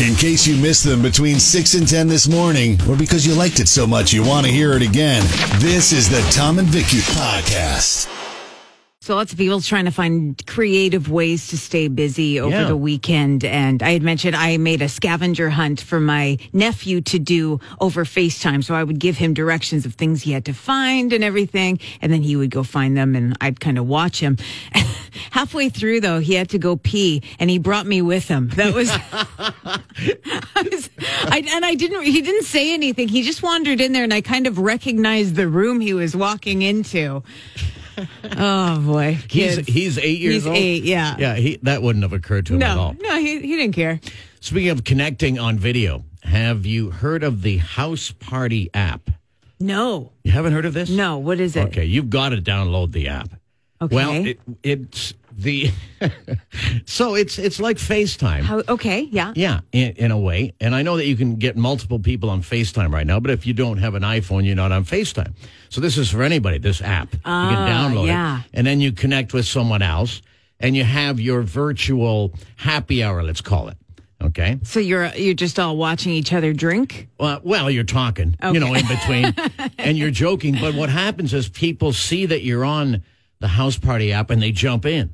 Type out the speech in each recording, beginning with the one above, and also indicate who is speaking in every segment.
Speaker 1: In case you missed them between 6 and 10 this morning, or because you liked it so much you want to hear it again, this is the Tom and Vicky Podcast.
Speaker 2: So lots of people trying to find creative ways to stay busy over
Speaker 3: Yeah.
Speaker 2: the weekend. And I had mentioned I made a scavenger hunt for my nephew to do over FaceTime. So I would give him directions of things he had to find and everything. And then he would go find them and I'd kind of watch him. Halfway through though, he had to go pee and he brought me with him. That was, I was- I, and I didn't, he didn't say anything. He just wandered in there and I kind of recognized the room he was walking into. Oh boy,
Speaker 3: He's,
Speaker 2: kids.
Speaker 3: he's eight years
Speaker 2: He's
Speaker 3: old.
Speaker 2: eight, yeah.
Speaker 3: Yeah, he, that wouldn't have occurred to him at
Speaker 2: no,
Speaker 3: all.
Speaker 2: no, he, he didn't care.
Speaker 3: Speaking of connecting on video, have you heard of the House Party app?
Speaker 2: No,
Speaker 3: You haven't heard of this?
Speaker 2: no. What is it?
Speaker 3: Okay, you've got to download the app.
Speaker 2: Okay.
Speaker 3: Well, it, it's the so it's it's like FaceTime.
Speaker 2: How, okay. Yeah.
Speaker 3: yeah, in, in a way. And I know that you can get multiple people on FaceTime right now, but if you don't have an iPhone, you're not on FaceTime. So this is for anybody. This app you can download
Speaker 2: Ah, yeah.
Speaker 3: it, and then you connect with someone else, and you have your virtual happy hour. Let's call it. Okay.
Speaker 2: So you're you're just all watching each other drink.
Speaker 3: Well, well, you're talking, you know, in between, and you're joking. But what happens is people see that you're on the house party app and they jump in.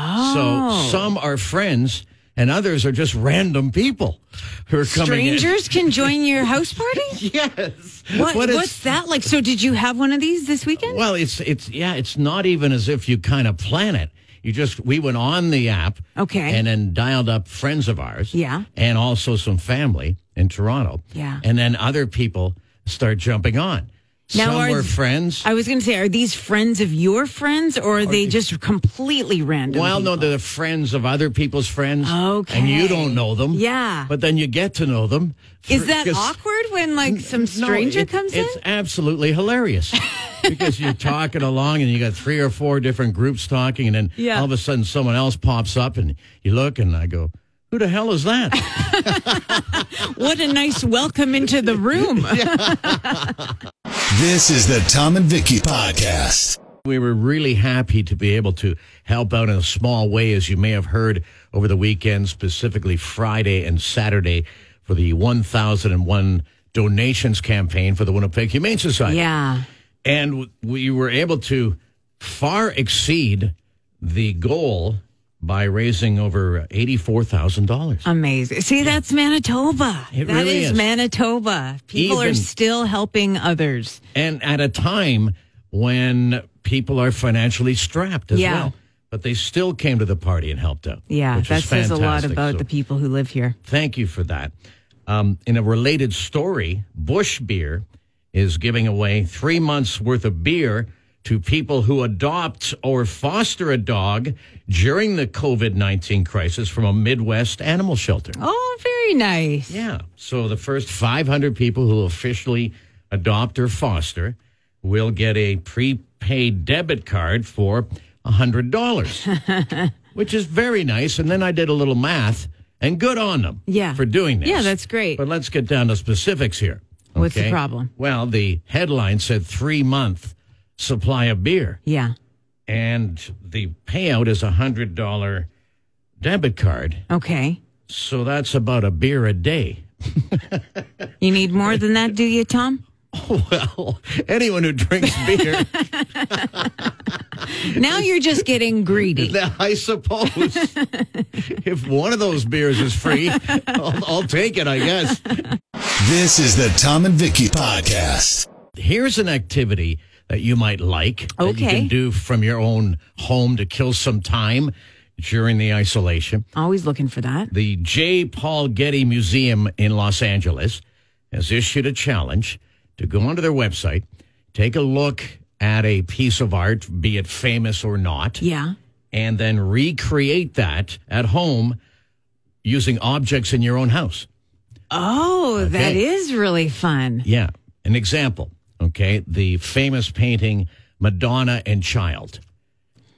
Speaker 3: Oh. So some are friends and others are just random people who are coming in.
Speaker 2: Strangers can join your house party.
Speaker 3: Yes.
Speaker 2: What,
Speaker 3: But it's-
Speaker 2: what's that like? So did you have one of these this weekend?
Speaker 3: Well, it's it's yeah, it's not even as if you kind of plan it. You just we went on the app,
Speaker 2: Okay.
Speaker 3: and then dialed up friends of ours,
Speaker 2: Yeah.
Speaker 3: and also some family in Toronto,
Speaker 2: Yeah.
Speaker 3: and then other people start jumping on.
Speaker 2: Now,
Speaker 3: some
Speaker 2: are
Speaker 3: were
Speaker 2: th-
Speaker 3: friends.
Speaker 2: I was going to say, are these friends of your friends, or are they just completely random?
Speaker 3: well, no,
Speaker 2: people?
Speaker 3: they're friends of other people's friends, and
Speaker 2: Okay.
Speaker 3: you don't know them,
Speaker 2: Yeah.
Speaker 3: But then you get to know them.
Speaker 2: Is
Speaker 3: for-
Speaker 2: that
Speaker 3: 'cause-
Speaker 2: awkward when like some
Speaker 3: No,
Speaker 2: stranger
Speaker 3: it-
Speaker 2: comes
Speaker 3: it's
Speaker 2: in?
Speaker 3: absolutely hilarious because you're talking along and you got three or four different groups talking, and then
Speaker 2: Yeah.
Speaker 3: all of a sudden someone else pops up and you look and I go, "Who the hell is that?"
Speaker 2: What a nice welcome into the room.
Speaker 1: This is the Tom and Vicky Podcast.
Speaker 3: we were really happy to be able to help out in a small way, as you may have heard over the weekend, specifically Friday and Saturday, for the 1001 donations campaign for the Winnipeg Humane Society.
Speaker 2: yeah.
Speaker 3: and w- we were able to far exceed the goal by raising over eighty-four thousand dollars.
Speaker 2: Amazing. See, that's Manitoba.
Speaker 3: It
Speaker 2: That
Speaker 3: really
Speaker 2: is
Speaker 3: is.
Speaker 2: Manitoba. People are
Speaker 3: Even-
Speaker 2: still helping others.
Speaker 3: and at a time when people are financially strapped as
Speaker 2: Yeah.
Speaker 3: well. But they still came to the party and helped out.
Speaker 2: Yeah,
Speaker 3: which
Speaker 2: that
Speaker 3: was
Speaker 2: says a lot
Speaker 3: fantastic.
Speaker 2: about
Speaker 3: So
Speaker 2: the people who live here.
Speaker 3: Thank you for that. Um, in a related story, Bush Beer is giving away three months worth of beer to people who adopt or foster a dog during the COVID 19 crisis from a Midwest animal shelter.
Speaker 2: Oh, very nice.
Speaker 3: Yeah. So the first 500 people who officially adopt or foster will get a prepaid debit card for $100, which is very nice. And then I did a little math and good on them
Speaker 2: Yeah.
Speaker 3: for doing this.
Speaker 2: Yeah, that's great.
Speaker 3: But let's get down to specifics here.
Speaker 2: What's the
Speaker 3: okay?
Speaker 2: problem?
Speaker 3: Well, the headline said three month supply of beer,
Speaker 2: Yeah.
Speaker 3: and the payout is a $100 debit card.
Speaker 2: Okay.
Speaker 3: So that's about a beer a day.
Speaker 2: You need more than that, do you, Tom?
Speaker 3: Well, anyone who drinks beer,
Speaker 2: Now you're just getting greedy.
Speaker 3: I suppose. if one of those beers is free, I'll, I'll take it, I guess.
Speaker 1: This is the Tom and Vicky Podcast.
Speaker 3: Here's an activity that you might like that you
Speaker 2: Okay.
Speaker 3: can do from your own home to kill some time during the isolation.
Speaker 2: Always looking for that.
Speaker 3: The J. Paul Getty Museum in Los Angeles has issued a challenge to go onto their website, take a look at a piece of art, be it famous or not.
Speaker 2: Yeah.
Speaker 3: and then recreate that at home using objects in your own house.
Speaker 2: Oh, that
Speaker 3: Okay.
Speaker 2: is really fun.
Speaker 3: Yeah. An example, okay? The famous painting Madonna and Child.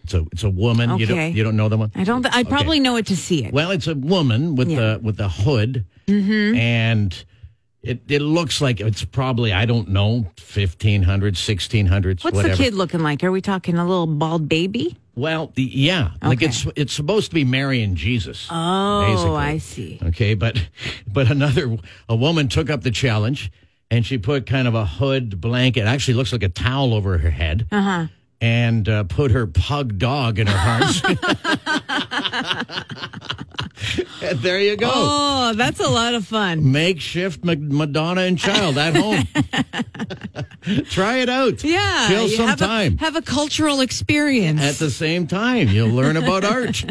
Speaker 3: It's a it's a woman. You
Speaker 2: Okay.
Speaker 3: don't you don't know the one?
Speaker 2: I don't. Th- I probably know it to see it.
Speaker 3: Well, it's a woman with
Speaker 2: Yeah.
Speaker 3: the with the hood and It, it looks like it's probably, I don't know, 1500, 1600s,
Speaker 2: What's
Speaker 3: whatever.
Speaker 2: the kid looking like? Are we talking a little bald baby?
Speaker 3: Well, the, yeah, like
Speaker 2: Okay.
Speaker 3: it's it's supposed to be Mary and Jesus.
Speaker 2: Oh,
Speaker 3: basically.
Speaker 2: I see.
Speaker 3: Okay, but but another a woman took up the challenge and she put kind of a hood blanket, actually looks like a towel over her head, uh-huh. and uh, put her pug dog in her arms. And there you go.
Speaker 2: Oh, that's a lot of fun.
Speaker 3: Makeshift Mac- Madonna and child at home. Try it out.
Speaker 2: Yeah.
Speaker 3: kill
Speaker 2: you
Speaker 3: some
Speaker 2: have
Speaker 3: time.
Speaker 2: A, have a cultural experience.
Speaker 3: at the same time, you'll learn about art.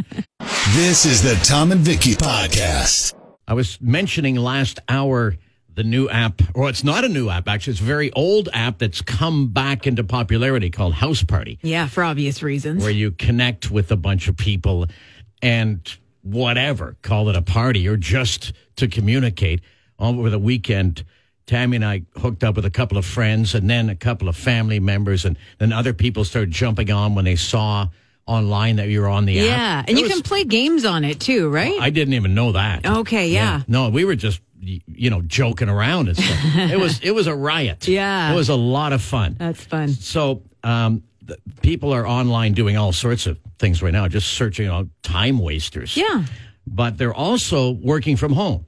Speaker 1: This is the Tom and Vicky Podcast.
Speaker 3: I was mentioning last hour the new app, or it's not a new app, actually, it's a very old app that's come back into popularity called House Party,
Speaker 2: yeah, for obvious reasons.
Speaker 3: where you connect with a bunch of people and whatever, call it a party or just to communicate. Over the weekend, Tammy and I hooked up with a couple of friends and then a couple of family members, and then other people started jumping on when they saw online that you were on the app.
Speaker 2: Yeah, and
Speaker 3: It
Speaker 2: you
Speaker 3: was-
Speaker 2: can play games on it too, right?
Speaker 3: I didn't even know that.
Speaker 2: Okay, yeah.
Speaker 3: No, we were just y- you know joking around and stuff. it was it was a riot.
Speaker 2: Yeah. Uh,
Speaker 3: it was a lot of fun.
Speaker 2: That's fun.
Speaker 3: so um, th- people are online doing all sorts of things right now, just searching on time wasters.
Speaker 2: Yeah.
Speaker 3: but they're also working from home,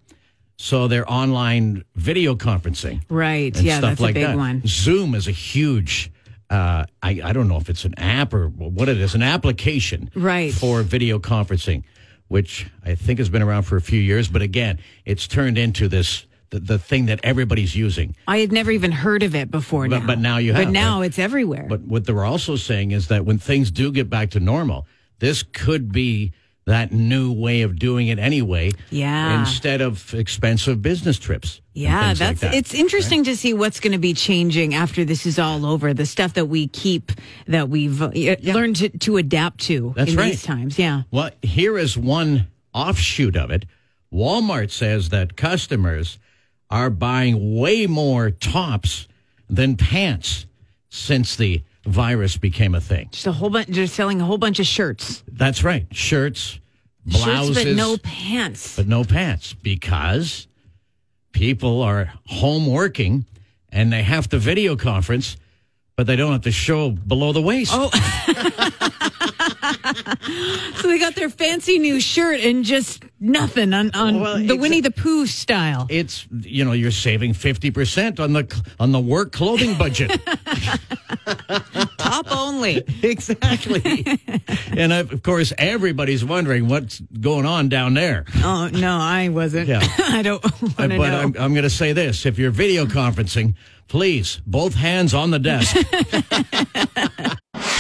Speaker 3: so they're online video conferencing
Speaker 2: Right.
Speaker 3: and
Speaker 2: yeah,
Speaker 3: stuff
Speaker 2: that's
Speaker 3: like
Speaker 2: a big
Speaker 3: that.
Speaker 2: one.
Speaker 3: Zoom is a huge. Uh, I I don't know if it's an app or what it is, an application,
Speaker 2: Right.
Speaker 3: for video conferencing, which I think has been around for a few years. But again, it's turned into this the, the thing that everybody's using.
Speaker 2: I had never even heard of it before
Speaker 3: But-
Speaker 2: now.
Speaker 3: but now you have,
Speaker 2: But now
Speaker 3: right?
Speaker 2: it's everywhere.
Speaker 3: But what they're also saying is that when things do get back to normal, this could be that new way of doing it anyway.
Speaker 2: Yeah.
Speaker 3: Instead of expensive business trips. and
Speaker 2: yeah,
Speaker 3: things like
Speaker 2: that's
Speaker 3: that.
Speaker 2: it's interesting to see what's going to be changing after this is all over. The stuff that we keep that we've uh, learned to, to adapt to
Speaker 3: That's
Speaker 2: in
Speaker 3: right.
Speaker 2: these times. Yeah.
Speaker 3: Well, here is one offshoot of it. Walmart says that customers are buying way more tops than pants since the virus became a thing.
Speaker 2: Just a whole bunch they're selling a whole bunch of shirts.
Speaker 3: That's right. Shirts, blouses,
Speaker 2: shirts but no pants.
Speaker 3: but no pants because people are home working and they have to video conference, but they don't have to show below the waist.
Speaker 2: Oh. so they got their fancy new shirt and just nothing on, on
Speaker 3: Well,
Speaker 2: the
Speaker 3: it's-
Speaker 2: Winnie the Pooh style.
Speaker 3: It's you know you're saving fifty percent on the on the work clothing budget.
Speaker 2: Top only.
Speaker 3: Exactly. and of of course, everybody's wondering what's going on down there.
Speaker 2: Oh no, I wasn't.
Speaker 3: Yeah.
Speaker 2: I don't want to
Speaker 3: but
Speaker 2: know.
Speaker 3: I'm, I'm going to say this if you're video conferencing, please, both hands on the desk.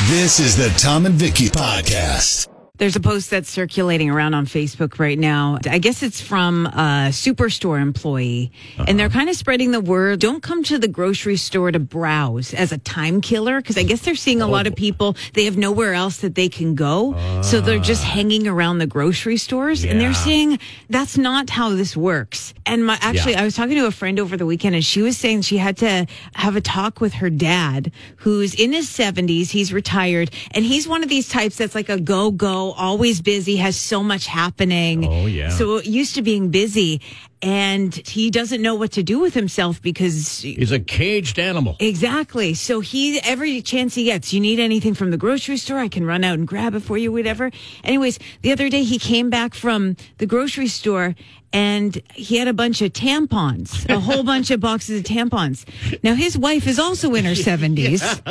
Speaker 1: This is the Tom and Vicky Podcast.
Speaker 2: There's a post that's circulating around on Facebook right now. I guess it's from a superstore employee, and they're kind of spreading the word don't come to the grocery store to browse as a time killer because I guess they're seeing a lot of people, they have nowhere else that they can go. so they're just hanging around the grocery stores, and they're
Speaker 3: Yeah.
Speaker 2: saying that's not how this works. And my, actually,
Speaker 3: Yeah.
Speaker 2: I was talking to a friend over the weekend, and she was saying she had to have a talk with her dad, who's in his 70s. He's retired, and he's one of these types that's like a go go, always busy, has so much happening.
Speaker 3: Oh, yeah.
Speaker 2: So used to being busy, and he doesn't know what to do with himself because
Speaker 3: He's a caged animal.
Speaker 2: Exactly. So he, every chance he gets, you need anything from the grocery store, I can run out and grab it for you, whatever. Anyways, the other day he came back from the grocery store and he had a bunch of tampons, a whole bunch of boxes of tampons. Now his wife is also in her 70s,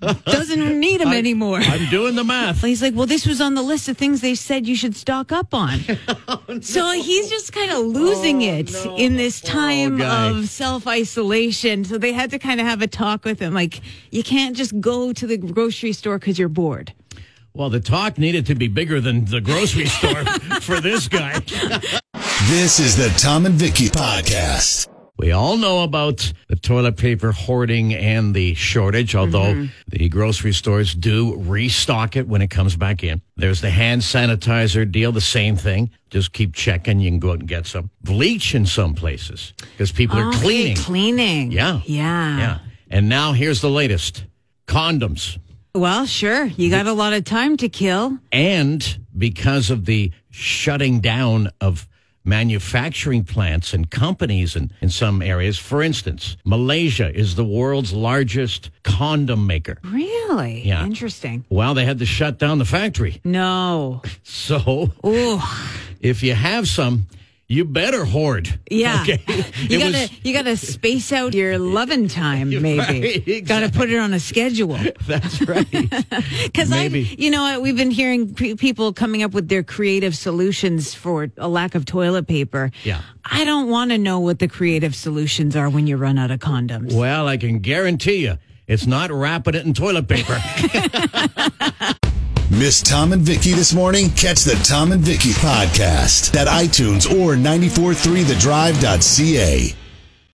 Speaker 2: doesn't need them anymore.
Speaker 3: I'm doing the math.
Speaker 2: He's like, well, this was on the list of things they said you should stock up on.
Speaker 3: Oh,
Speaker 2: So he's just kind of losing it in this time
Speaker 3: guy.
Speaker 2: of self isolation. So they had to kind of have a talk with him. Like, you can't just go to the grocery store because you're bored.
Speaker 3: Well, the talk needed to be bigger than the grocery store for this guy.
Speaker 1: This is the Tom and Vicky Podcast.
Speaker 3: We all know about the toilet paper hoarding and the shortage, although the grocery stores do restock it when it comes back in. There's the hand sanitizer deal, the same thing. Just keep checking. You can go out and get some bleach in some places because people are
Speaker 2: Okay,
Speaker 3: cleaning.
Speaker 2: Oh, Cleaning.
Speaker 3: Yeah.
Speaker 2: Yeah.
Speaker 3: Yeah. And now here's the latest condoms.
Speaker 2: Well, sure. You got a lot of time to kill.
Speaker 3: And because of the shutting down of manufacturing plants and companies in, in some areas. For instance, Malaysia is the world's largest condom maker.
Speaker 2: Really?
Speaker 3: Yeah.
Speaker 2: Interesting.
Speaker 3: Well, they had to shut down the factory.
Speaker 2: No.
Speaker 3: So
Speaker 2: Ooh.
Speaker 3: if you have some, you better hoard.
Speaker 2: Yeah.
Speaker 3: Okay.
Speaker 2: You
Speaker 3: It
Speaker 2: gotta
Speaker 3: was-
Speaker 2: you gotta space out your loving time, maybe.
Speaker 3: Right,
Speaker 2: Gotta put it on a schedule.
Speaker 3: that's right.
Speaker 2: Because I,
Speaker 3: Maybe.
Speaker 2: you know, what, we've been hearing pe- people coming up with their creative solutions for a lack of toilet paper.
Speaker 3: Yeah.
Speaker 2: I don't want to know what the creative solutions are when you run out of condoms.
Speaker 3: well, I can guarantee you, it's not wrapping it in toilet paper.
Speaker 1: Miss Tom and Vicky this morning? Catch the Tom and Vicky podcast at iTunes or 943thedrive.ca.